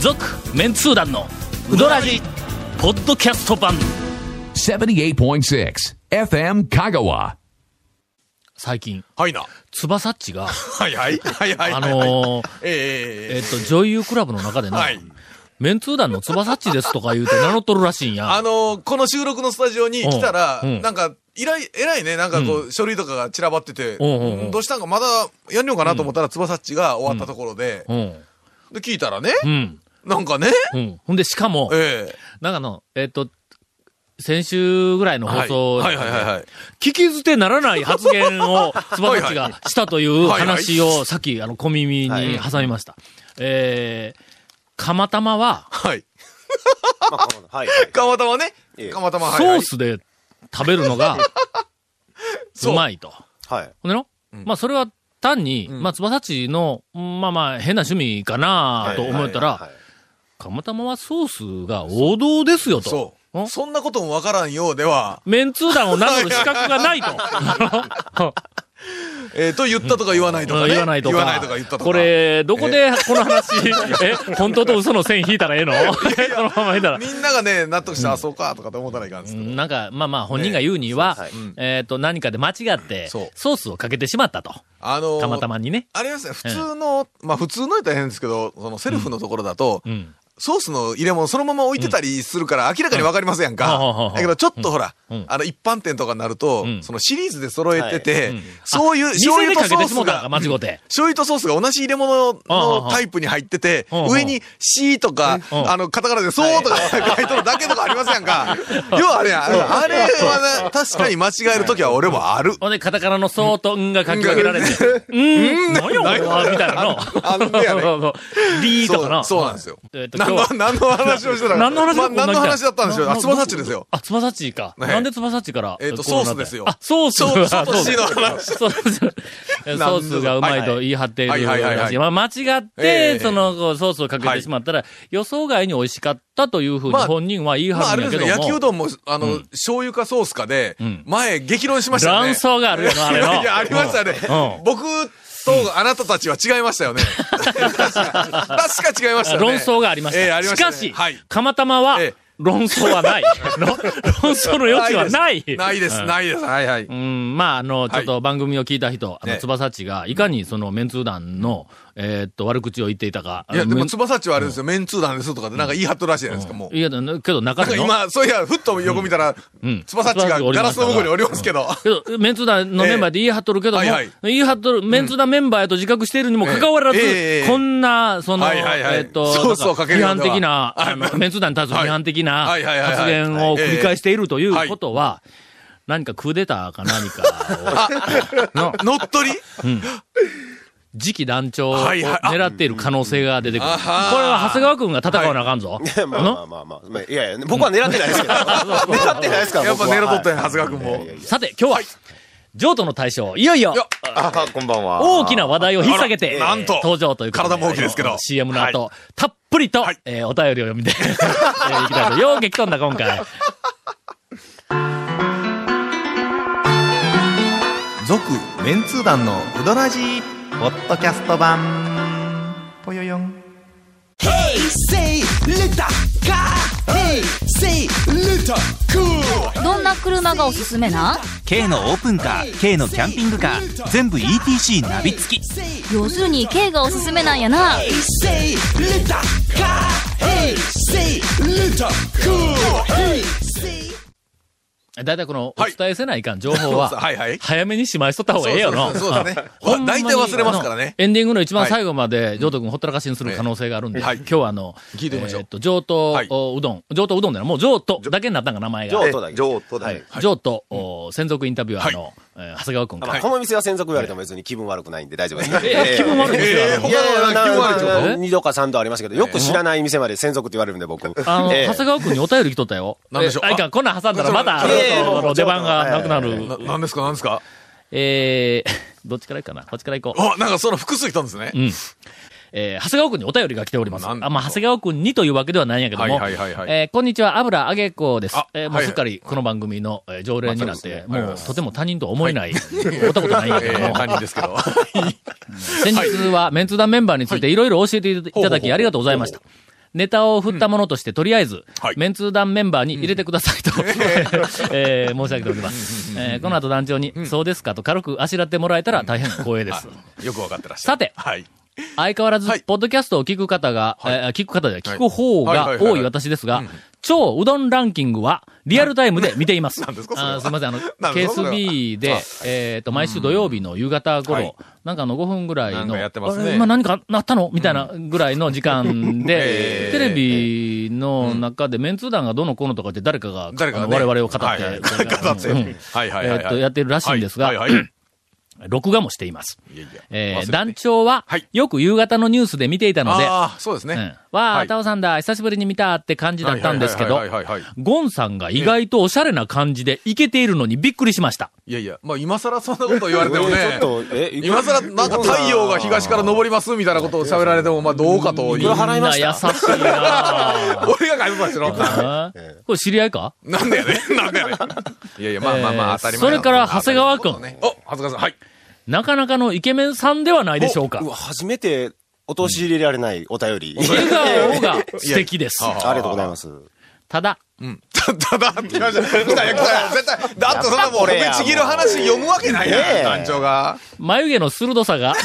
続メンツー団のウドラジポッドキャスト版78.6 FM Kagawa. 最近はいな。翼っちがはいはい。はいはい。あのー えええええっと女優クラブの中でな、はいメンツー団の翼っちですとか言うて名乗っとるらしいんやあのーこの収録のスタジオに来たら、うんうんなんか、依頼、偉いね、なんかこう、書類とかが散らばってて、うんうんうんどうしたんか、まだやんのかなと思ったら、つばさっちが終わったところで、うんで、聞いたらね、うんなんかね、うんほんでしかもええなんかのえっ、と先週ぐらいの放送、はいはいはいはい。聞き捨てならない発言を、妻たちがしたというはいはい話を、さっき、あの、小耳に挟みました。えー、釜玉は、はい。まあ、かまどはい。かまたまねええ、かまたま、はいソはいースで食べるのが、うそうまいと。はい。ほんでの、まあ、それは単に、まあ、翼たちの、まあまあ、変な趣味かなと思ったはいら、釜玉はソースが王道ですよとそ。んう。そんなこともわからんようでは、メンツー団を名乗る資格がないと。えー、と言ったとか言わないとか、ね。言わないとか。言わないとか言ったとか。これ、どこでこの話、え、本当と嘘の線引いたらええのそのまま引い たら。みんながね、納得したら、あそうか、とかって思ったらいかんですけど。なんか、まあまあ、本人が言うにはねそうそうはい、えっと、何かで間違って、そうソースをかけてしまったと。あのーたまたまにね。あれですね、普通の、まあ普通の言ったら変ですけど、そのセルフのところだと、うん。ソースの入れ物そのまま置いてたりするから明らかにわかりませんやんか。うんだけどちょっとほら、うんあの一般店とかになると、うんそのシリーズで揃えてて、うんそういう醤店で油とかけてソーしもうスたんがか、、間違って。醤油とソースが同じ入れ物のタイプに入ってて、うんうん上に C とか、うんあの、カタカナでそうとか書いとるだけとかありますやんか。要はあれやん、あれはな、確かに間違えるときは俺もある。ほんで、カタカナのソーとんが書き分けられて、うん、何や俺は、みたいなの。あんねやねそうそうリーとかな。そうそうなんですよ。えっと、今何日のは、何の話をしてたの 何の話まだあ何の話だったんでしょうあ、つばさっちですよ。。こなあ、つばさっちか。ねなんでつばさっちから。えっとコロナソースですよあ、ソースそう、ソトシの話。 そうそうえなソんでースがうまいと言い張っているはいはいはいらはしいいまあ間違って、ええその、こうソースをかけはていしまったら、予想外に美味しかったというふうにまあ本人は言いまあ、張あるんれやでけすどね、も。野球丼も、あの、醤油かソースかでん、前、激論しましたよね。乱い想があるよな、あれの。 やいや、ありましたねう。ん僕とあなたたちは違いまし たよね。確か確か違いましたよね。論争がありました。ええありまししたかねし、はい釜玉はええ、論争は ない。の論争の余地はない。ないです、ないです。はいはい。うん、まあ、あの、ちょっと番組を聞いた人、あの、ね翼っちが、いかにその、メンツー団の、えーっと、悪口を言っていたか。いや、でメも、ンつばさっちはあれですよ、メンツーなんですとかで、なんか言い張っとるらしいじゃないですか、もう。いや、なけど中なんでかの。今、そういや、ふっと横見たらん、つばさっちがガラスの向こうにおりますけど。けど、メンツー団のメンバーで言い張っとるけども、ええはいはい言い張っとる、メンツー団メンバーやと自覚しているにもかかわらず、ええええこんな、その、はいはいはいえっと、ソースをかける批よう判では的な、あの、メンツー団に対する批判的なはいはいはいはい発言を繰り返しているといはういことは、何かクーデターか何 かを、の乗っ取り次期団長をはいはいあ狙っている可能性が出てくる。こあれはーは長谷川君が戦うなあかんぞ。まあまあまあまあまあ。いやいや、僕は狙ってないですけど。狙ってないですから、やっぱ僕は狙っとったんや、は長谷川君も。いさて、今日は、譲渡の大将、いよいよ、よいあ、こんばんは。大きな話題を引っ提げて、あらなんとえー登場ということで体も大きいですけどあの CM の後、たっぷりと、はいえーお便りを読み で、えーいきたいと。よう激飛んだ、今回。続メンツー団のウドラジーポッドキャスト版ぽよよん Say little car Hey say little cool どんな車がおすすめなん K のオープンカー K のキャンピングカー全部 ETC ナビ付き要するに K がおすすめなんやな Say little car Hey say little cool Hey say だいたいこの、おはい伝えせないかん情報は、 そうですはいはい早めにしまいしとった方がええよな。。そうそうそうそうですねほんま大に体忘れますからねあ。のエンディングの一番最後まで、譲渡君ほったらかしにする可能性があるんで、ええはい今日はあの、聞いてみましょうえーっと、譲渡、はいうどん、譲渡うどんだよなもう譲渡だけになったんか、名前が。上都だけ。上都だはけい。。譲渡、お専属インタビュアーの、はえー長谷川君かあまら。あこの店は専属言われても別に気分悪くないんで大丈夫です。え気分悪いですよえー、いやいや他のななんか9割ことな二度か三度ありましたけど、よく知らない店まで専属って言われるんで、僕。あの、ええ長谷川君にお便り来とったよ。なんでしょうえあいかん、こんなん挟んだらまた、いやいやいやあの出番がなくななる。なんですか、なんですかえー、 どっちからいくかなこっちから行こう。あ、なんかその複数来たんですね。えー、長谷川君にお便りが来ております。あ、なんだまあ、長谷川君にというわけではないんやけども。はいはいはいはいえーこんにちは、油揚げ子ですあ。えーもうはいすっかりこの番組の、えー常連になって、まあそうですねあもりがとうございうますとても他人とは思えない、男じゃないんやけ えどもー、。他人で すけど。先日はメンツ団メンバーについていろいろ教えていただきありがとうございました。ネタを振ったものとして、とりあえず、はいメンツー団メンバーに入れてくださいと、 えー申し上げております。えーこの後団長に、そうですかと軽くあしらってもらえたら大変光栄です。よくわかってらっしゃる。さて、はい。相変わらずはい、ポッドキャストを聞く方が、えー聞く方では聞く方がはいはいはいはい多い私ですが、超うどんランキングは、リアルタイムで見ています。なんですかそれはあーすみません、あの、なんですかそれは KSB で、えっと、毎週土曜日の夕方はい頃、なんかあの5分ぐらいなんの、かやってますねあれ今何かなったのみたいなぐらいの時間 えでー、テレビの中でメンツー団がどうのこうのとかって誰かが、誰かあがのね我々を語って、はいはい語ってうんはいはいえはい。ーっと、やってるらしいんですが、はいはいはい。録画もしています。いやいやえ忘れーて団長ははい、よく夕方のニュースで見ていたので、ああ、そうですね。うん、わはあ、いタオさんだ、久しぶりに見たって感じだったんですけどはいはいはいはいはいはい、ゴンさんが意外とおしゃれな感じでイケているのにびっくりしました。いやいや、まあ今更そんなこと言われてもねち、ょっと、え、今更なんか太陽が東から昇りますみたいなことを喋られても、まあどうかといくら払いましたみんな優しいな 俺が買いましたのあこれ知り合いかなんでやねんなんでやねんいやいや、まあまあまあ、えー当たり前そなれから長谷川君当たり前なことねお、長谷川さん、はい。なかなかのイケメンさんではないでしょうかう。わ、初めて、陥れられないお便り。笑顔が素敵です。はありがとうございます。ただ、うん。たただって言いましたね。来た よ、来たよ。絶対。だってそんなもん、これ俺やちぎる話読むわけないねやえん、団長が。眉毛の鋭さが、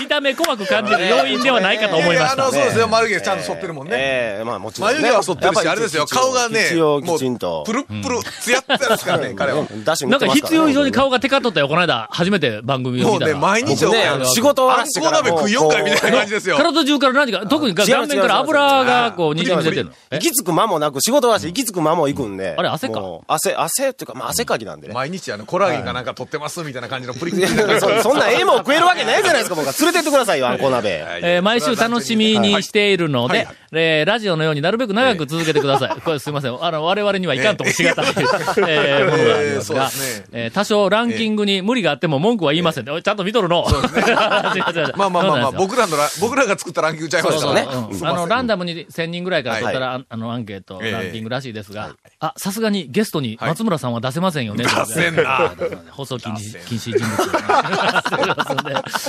見た目怖く感じる要因ではないかと思いましややあの、た。そうですよ、眉毛ちゃんと剃ってるもんね。ええまあもちろん、眉毛は剃ってるし、あれですよ、顔がね、必要きちんと。プルップル、ツヤッツヤですからね、彼は。うんダッシュ塗なんってかますら必要以上に顔がテカっとったよ、この間。初めて番組をも見うたね、ら。毎日僕ね、あの仕事終わあらんせてこから鍋もう食い4回みたいな感じですよ。体中から何か、特に顔面から油がこう、にじみ出てるの。え行き着く間もなく、仕事終わらして行き着く間も行くんで。あれ汗かもう汗、汗っていうか、まあ汗かきなんでね。 毎日あの、コラーゲンかなんか取ってますみたいな感じのプリクリになるそそんなええもん食えるわけないじゃないですか、僕は。連れてってくださいよ、あんこ鍋。えー毎週楽しみにしているのはでいはい、えーラジオのようになるべく長く続けてくだ さい。これすいません。あの、我々にはいかんともしがたい、えー ものがありますえーそうでが、すねえー多少ランキングに無理があっても文句は言いません。おいちゃんと見とるの。 まま あまあまあまあ、僕らのラ、僕らが作ったランキングちゃいましたそうかでらすね。よあの、ランダムに1000人ぐらいから取ったら、はああの、アンケート、ええランキングらしいですが、あ、さすがにゲストにはい松村さんは出せませんよね。出せんなということで 放送禁止、禁 止人物ですちょ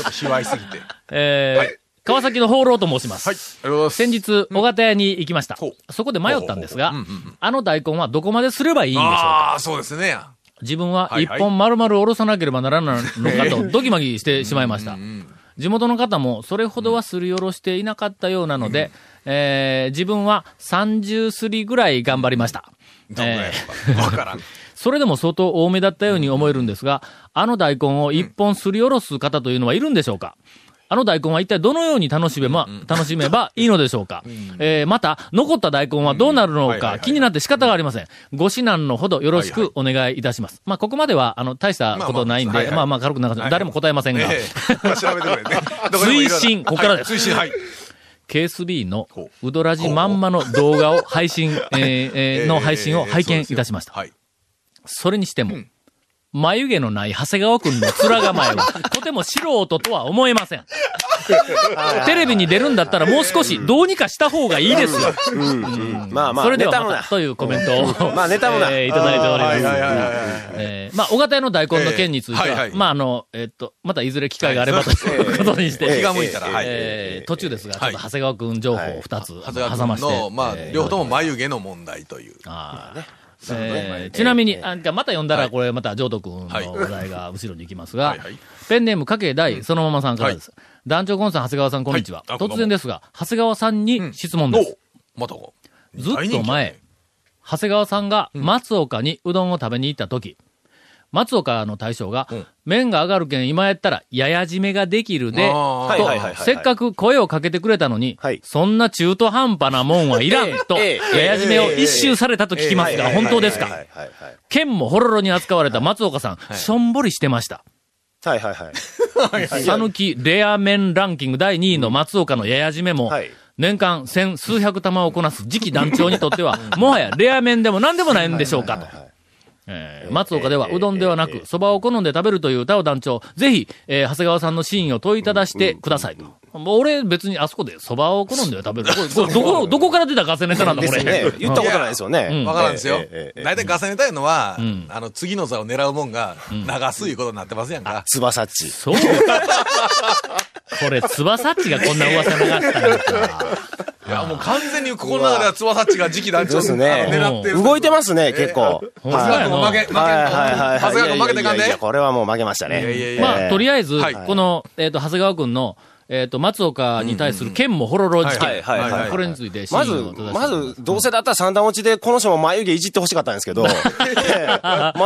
っと卑猥すぎて。はい。 えー川崎の放浪と申します。ありがとうござい先ます。日、小型屋に行きましたほう。そこで迷ったんですがほうほうほううんうん、あの大根はどこまですればいいんでしょうかああ、そうですね。自分は一はいはい本丸々おろさなければならないのかとドキマギしてしまいました。地元の方もそれほどはすりおろしていなかったようなので、えー自分は30すりぐらい頑張りました。どんぐらいえーのかわからん。それでも相当多めだったように思えるんですが、あの大根を一本すりおろす方というのはいるんでしょうかあの大根は一体どのように楽しめば、楽しめばいいのでしょう か、えー、また、残った大根はどうなるうんのはいはいはかい気になって仕方がありません。ご指南のほどよろしはいくお願いいたします。まあ、ここまでは、あの、大したことないんで、まあまあまあはいはいまあ、軽くなかった誰も答えませんが、ええまあ調べてくれね。 どこでもいいわ推進ここからですはい推進、はい。 KSB のウドラジまんまの動画を配 信、えーえーの配信を拝見いたしました。そうですよそれにしても、眉毛のない長谷川くんの面構 えは、とても素人とは思えません。テレビに出るんだったらもう少しどうにかした方がいいですよ。まあまあ、それでは妬むまなた、。というコメントを、まあネタもなえーいただいておりはまい。はいす。はいはいはいはい。えーまあ、小型屋の大根の件については、ええはいはいまあ、あの、えっと、またいずれ機会があればということにして、気が向いたら、はい。えー途中ですが、ちょはっいと長谷川くん情報を2つ長谷挟川ま君して。の、まあえ、ー両方とも眉毛の問題という。ああえーちなみに、あんかまた読んだら、これまた、ジョート君のお題が後ろに行きますが、はいはいペンネームかけ大そのままさんからです。団長コンさん、長谷川さん、こんにちは。はいあこんばんは突然ですが、長谷川さんに質問です。おまたこうずっと前。大人気、長谷川さんが松岡にうどんを食べに行った時、松岡の大将が、ん麺が上がるけん今やったらやや締めができるで、あと、ーはいはいはいはいせっかく声をかけてくれたのに、はいそんな中途半端なもんはいらん、と、ええやや締めを一周されたと聞きますが、本当ですはいはかいはいはい。剣もほろろに扱われた松岡さん、しょんぼりしてました。はいは いはい。さぬきレア麺ランキング第2位の松岡のややじめもはい、年間千数百玉をこなす次期団長にとっては、もはやレア麺でも何でもないんでしょうかと。えー松岡ではうどんではなく、そばを好んで食べるという歌を団長、ぜひ、えー長谷川さんのシーンを問いただしてくださいと。もう俺別にあそこでそばを好んで食べる。これこれどこ、どこから出たガセネタなんだでこすれ。よね。言ったことないですよね。わからんですよえええ。え大体重ねたいのはん、あの、次の座を狙うもんが、流すいうことになってますやんか。翼っち。そう。 これ、翼っちがこんな噂流したのか。や、もう完全にここの中では、つばさっちが次期団長そうですねあの狙ってる。動いてますね、結構。ほんまやな負け、負け、はいはいはいはい。長谷川君負けてかんいやいやいねや。これはもう負けましたね。いやいやいやまあ、とりあえず、はいこの、えっ、と、長谷川君の、えっ、と、松岡に対する剣もほろろ事件。はいはいはいはいこれについて、真ま意ずを正して、まず、どうせだったら三段落ちで、この人も眉毛いじってほしかったんで すけど、ま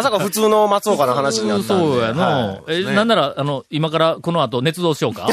さか普通の松岡の話になったんで。そうやの、はいえなんなら、あの、今からこの後、捏造しよう か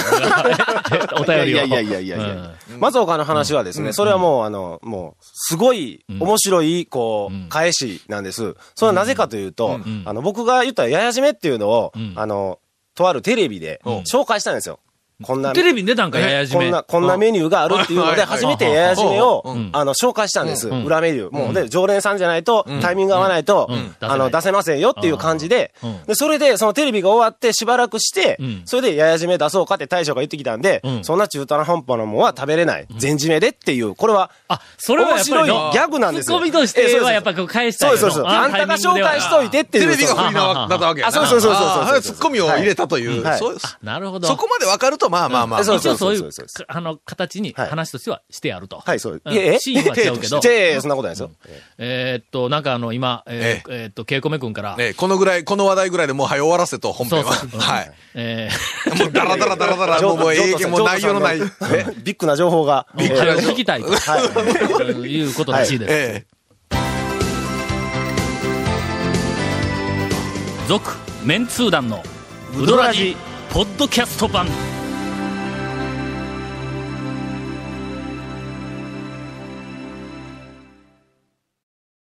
お便りいを。やいやいやいやいや。松岡の話はですね、それはもう、あの、もう、すごい、面白い、こうんう、返しなんです。それはなぜかというと、あの、僕が言ったややじめっていうのをん、あの、とあるテレビでうん紹介したんですよ。こんな。テレビに出たんか、ややじこめ。んな、こんなメニューがあるっていうのはいで、はい初めてややじめをん、あの、紹介したんです。ん裏メニュー。もう、で、常連さんじゃないと、タイミング合わないとうんうん、あ出せないの、出せませんよっていう感じでうん、で、それで、そのテレビが終わってしばらくしてうん、それでややじめ出そうかって大将が言ってきたんでう、んそんな中途半端なもんは食べれない。全締めでっていう、これは、あ、それはやっぱり面白のいギャグなんですツッよコミとしえてそうですはやっぱりこう返したいそのうです、そうです。あんたが紹介しといてっテていう。レビが振りなわだったわけやな。あそうそうそうそうそうあーれツッコミを入れたという。はいそうなるほど。そこまでわかると、まあまあまあ。えそう一応そういそううそうそ、かあの、形にはい話としてはしてやると。はい、そうです。んいえ、えシーンは違うけど い。やいやそんなことないですよ。えーっと、なんかあの、今、えーえーっと、ケイコメ君から、ねえこのぐらい、この話題ぐらいでもう早終わらせと、本編は。そうそうはい。え もうダラダラダラダラ、もうもう永遠もう内容のない。ジョーカーさんのビッグな情報が。ー、くり彼をし聞きたいと、い、うことらしいです。ええ。続メンツー団のウドラジポッドキャスト版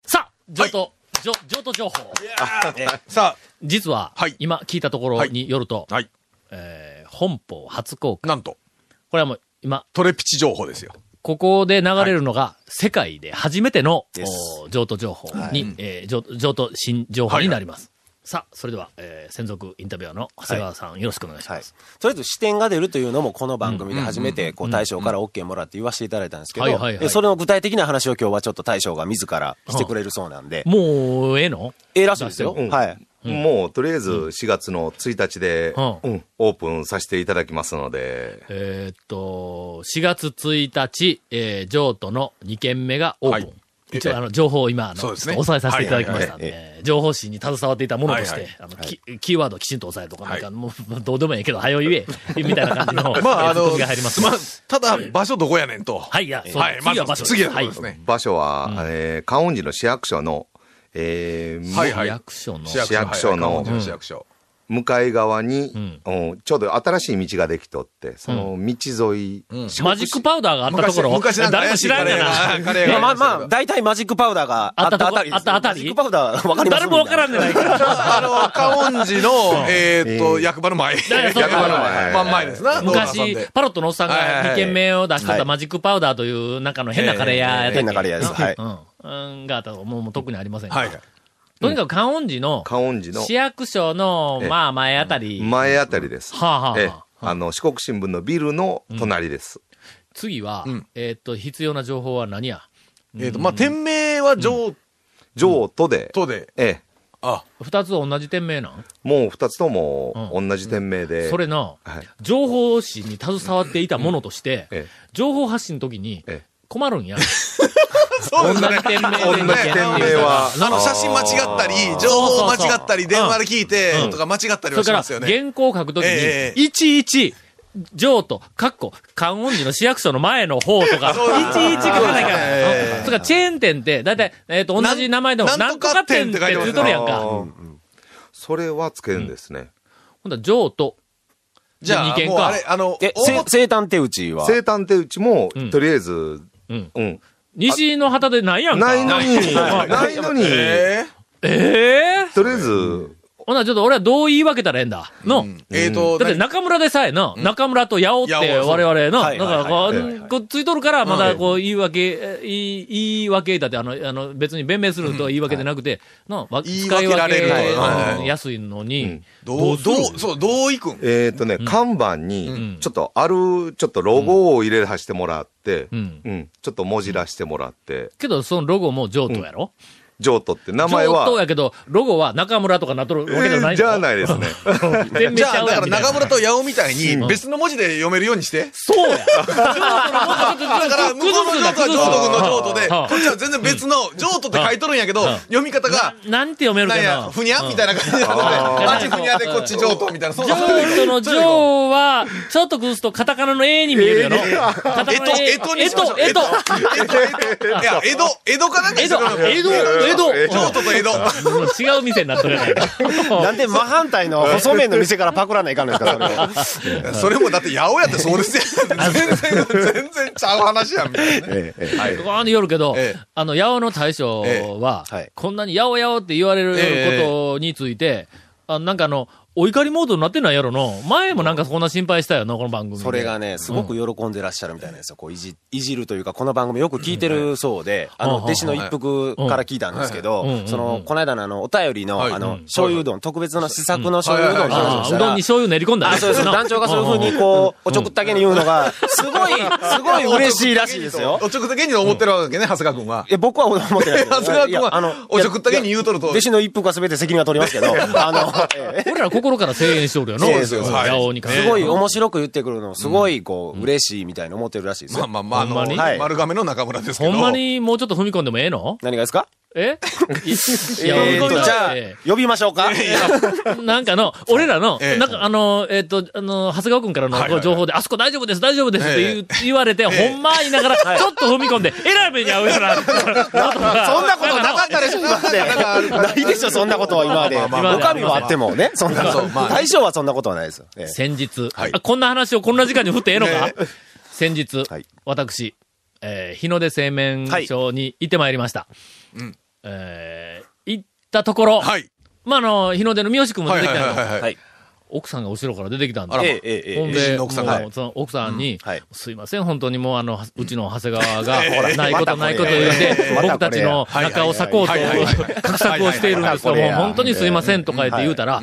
さあ譲渡、譲譲渡情報さ実は、はい今聞いたところによると、あ、はい。えー本邦初公開なんと、これはもう今トレピチ情報ですよ。ここで流れるのが、世界で初めてのです、お譲渡情報に、えー譲譲渡新情報になります。さあ、それでは、えー専属インタビュアーの長谷川さん、よろしくお願いしはいます。。とりあえず視点が出るというのもこの番組で初めてこう大将から OK もらって言わせていただいたんですけど、はいはいはいでそれの具体的な話を今日はちょっと大将が自らしてくれるそうなんで、もう、ええのええらしいですよ。うんはい。もうとりあえず4月の1日で、ううんオープンさせていただきますので、えーっと、4月1日、えー、譲渡の2件目がオープン。はい一応、あの、情報を今、あの、そうですねちょっと押さえさせていただきましたんで、はい情報誌に携わっていたものとして、はいはあの、キキーワードをきちんと押さえとか、なんか、もう、どうでもいいけど、早い言え、みたいな感じの、 まあ、えあーの、続きが入ります。ただ、場所どこやねんと。はい、いや、そうはい、ま次は場ず所次はとこはいろですね。場所は、えー、観音寺の市役所の、えーはい市役所の、市役所のはいはい市役所。向かい側に、うんちょうど新しい道ができとって、その道沿い、四国マジックパウダーがあったところ、昔昔なんか誰も怪し知いらカんがレーな。が、カレーまがあまあまりあ、大体マジックパウダーがあったあたりですねあったとこあったあたりマジックパウダーわかりま す誰もわからんね。ねないから。あの、観音寺の、 えーっと、役場の前。役からそう場の前。はい真ん前ですな。道路挟ん昔で、パロットのおっさんがはいはいはい2軒目を出しとっはたいマジックパウダーという、なんかの変なカレー屋やったっけ変なカレー屋です。はい。うん。うん、があったと、もうもう特にありませんがはい。とにかく観音寺の、観音寺の市役所の、ええまあ前あたり、前あたりです。はあはあはあえあの四国新聞のビルの隣です。次は、うんえーっと、必要な情報は何やえーっと、まあ、店名は上上都で、都で、ええあ、二つ同じ店名なんもう2つとも同じ店名で、それの、はい情報誌に携わっていたものとして、ええ情報発信の時にええ困るんや。そ同じ店名で同じ店名はあの、写真間違ったり、情報間違ったり、そうそうそう電話で聞いてう、んとか間違っそたりれはかしら、ますよね。原稿を書くときえに、えいちいち、上と、かっこ、観音寺の市役所の前の方とか、いちいち書かないから。ええうんそれから、チェーン店って、だいたい、えっ、と、同じ名前でも、なんなんとか店って言うとるやんあか。ーほんそれはつけるんですね。だら、上と、じゃ二あ、軒もうあか。れ、あの、え、おせ生誕手打ちは生誕手打ちも、うんとりあえず、うんうん。西の旗でないやんか。ないのに、ないのに、えええとりあえず、ほな、ちょっと俺はどう言い分けたらええんだ。の。ーえーっと、だって中村でさえな、中村と八尾って八尾そう我々の、はいだからこはいはいはう、こうついとるから、まだこう言い訳、え言い言い訳だって、あの、あの、別に弁明すると言い訳じゃなくて、の、わ言い使い分けら分れけるとはういん安いのに、どう、するどう、そう、どういくんえっ、とね、看板に、ちょっとある、ちょっとロゴを入れさせてもらって、うんちょっと文字らしてもらって、けど、そのロゴも上等やろ、譲渡って名上前等は、やけど、ロゴは中村とかなっとるわけじゃないじゃあないですね。店名じちゃゃあ、うだやんからみたいな中村と八尾みたいに別の文字で読めるようにして。そう や。だだから、向こうの譲渡は譲渡君の譲渡うで、んこっちは全然別の譲渡って書いとるんやけど、読み方が、なんて読めるなかんや、な。ふにゃみたいな感じなので、うんあっちふにゃでこっち譲渡みたいな、そう上都のそういう上は、ちょっと崩すとカタカナの A に見えるや ろ。カタカナ江戸、の A 江戸にしましょう。江戸、江戸、江戸。いや、江戸、江戸かなんか江にしろ戸、江戸、江戸、江戸。譲渡と江戸。もう違う店になっとるやないか。なんで真反対の細麺の店からパクらないかんのですか、それを。それもだって、八百屋ってそうですやん。全然、全然ちゃう話やん、みたいなね。はいここまで言るけどええ、あの、八尾の大将はえはい、こんなに八尾八尾って言われることについて、あなんかあの、お怒りモードになってないやろの。前もなんかこんな心配したよな、この番組で。それがね、すごく喜んでらっしゃるみたいなんですよ。こういじ、いじるというか、この番組よく聞いてるそうで、あうんの、弟子の一服から聞いたんですうけんうんど、その、この間のあの、お便りの、はいうあんの、醤油うどん、特別な試作の醤油うどんの話をあしーたうどんらに、醤油練り込んだねあ、そうです。団長がそういうふうに、こう、おちょくったけに言うのが、すごい、すごい 嬉しいらしいですよ。おちょくったけに思ってるわけね、長谷川君は。いや、僕は思ってないで 長す谷川君はおちょくったけに言うとると弟子の一服は全て責任は取りますけど、あの、ええ俺ら心から声援しとるよな。そうですよはい八尾に関してすごい面白く言ってくるの、すごい、こう、嬉しいみたいに思ってるらしいですまあよ。まあまあ、あほの、んまにはい丸亀の中村ですけほど。んまにもうちょっと踏み込んでもええの何がですか えいやえー踏み込んだと、らじゃあえ、呼びましょうか。えなんか の、俺らのえ、えなんかあの、えっと、あの、長谷川くんからのはいはいこう情報で、あそこ大丈夫です、大丈夫ですって言う言われて、えほんま言いながら、ちょっと踏み込んで、えらい目に遭うよう な。そんそんなことなかっったでしょ、今まで。 ないでしょ、そんなことは今まで。まあおまあまあかみはあってもね、そんなそうまあ。大将はそんなことはないですよ。ええ 先日、はいあこんな話をこんな時間に振ってええのかね先日、はい私、えー日の出製麺所に行ってまいりました。えー行ったところ、はい。まあ、あの、日の出の三好くんもは出いてはきいたの、はいはい。奥さんが後ろから出てきたんであ、らまええ、ええ、ほんええ。で、の奥さんがもうその奥さんに、はいすいません、本当にもう、あの、うちの長谷川が、ほ らないことまたこれないこと言っえてえ、ま僕たたこちれのはい中を裂こうとはいはいはいはい、画策をしているんですけどはいも、はいはい本当にすいませんとか言ってええ言うたら、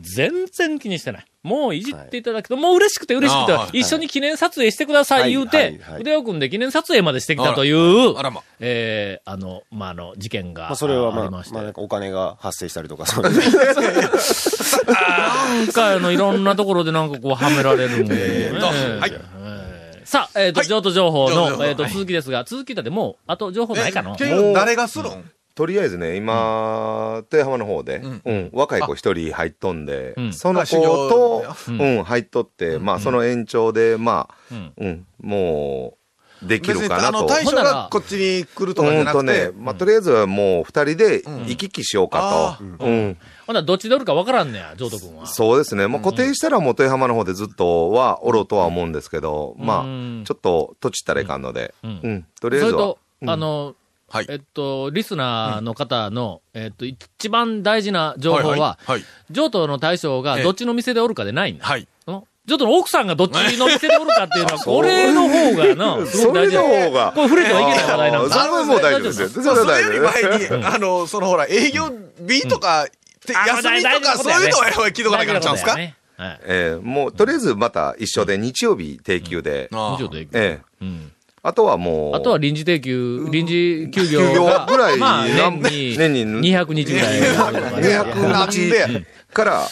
全然気にしてない。もういじっていただくと、もう嬉しくて嬉しくああはいて、一緒に記念撮影してくださはいい言うはていは、い腕を組んで記念撮影までしてきたというあらま、えーあの、まあ、あの、事件がまああ、それはまりあ、まましてあ、。なんかお金が発生したりとか、そういうなんか、あの、いろんなところでなんかこう、はめられるんで。えーとえはいえーさあ、えっ、と、はい譲渡情報譲渡情の、報えっ、と、はい続きですが、続きだってもう、あと情報ないかなっていう誰がするん とりあえずね、今、豊浜の方で、んうん、若い子一人入っとんでう、んその子と、うん、入っとって、まあ、その延長で、まあん、うん、もう、でき別るに、かあなの、と。大ほ将んならがこっちに来るとかじうゃんなとくねて、、まあ、とりあえずはもう二人で行き来しようかと。うん。ほんならどっちでおるかわからんねや、譲渡君は。そうですね。もう固定したらもう豊浜の方でずっとはおろうとは思うんですけど、まあうん、ちょっと土地ったらいかんので、ううんん、とりあえそずれは。と、うんあの、はいえっと、リスナーの方の、えっと、一番大事な情報は、はい。譲渡の大将がええどっちの店でおるかでないんだ。はい。うん譲渡の奥さんがどっちの店でおるかっていうのは、これの方がな、すごそく大れ事のだ方が。これ触れてはいけない話題なんあでーすそれはもう大丈夫ですよ。それはうそれ大よ丈夫り前に、あの、そのほら、営業日とか、てあ休みとか、そういうのはやっぱり聞いとかなきゃなっちゃうんですか大事なことやねはい。ええもう、とりあえずまた一緒で、日曜日定休で、あ以上でいいけどええうんあとはもう、あとは臨時定休、臨時休業休業がぐらいまあ、な年に、年に200日ぐらい。 200 なんで日から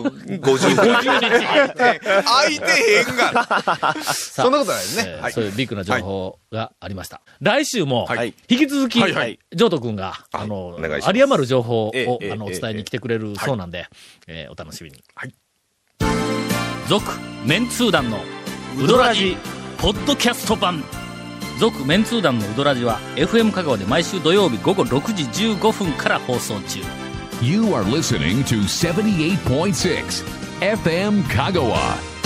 250日。空いてへんが。そそんなことないですね。はいそういうビッグな情報がありました。来週もはい、引き続き、はいははいジョート君が、あおの願いしま、すあり余る情報をええ、あの、おええ伝えに来てくれるそうなんで、えーお楽しみに。はい。続、メンツー団の、ウドラジ、ポッドキャスト版。続、メンツー団のウドラジは、FM 香川で毎週土曜日午後6時15分から放送中。 You are listening to 78.6 FM Kagawa.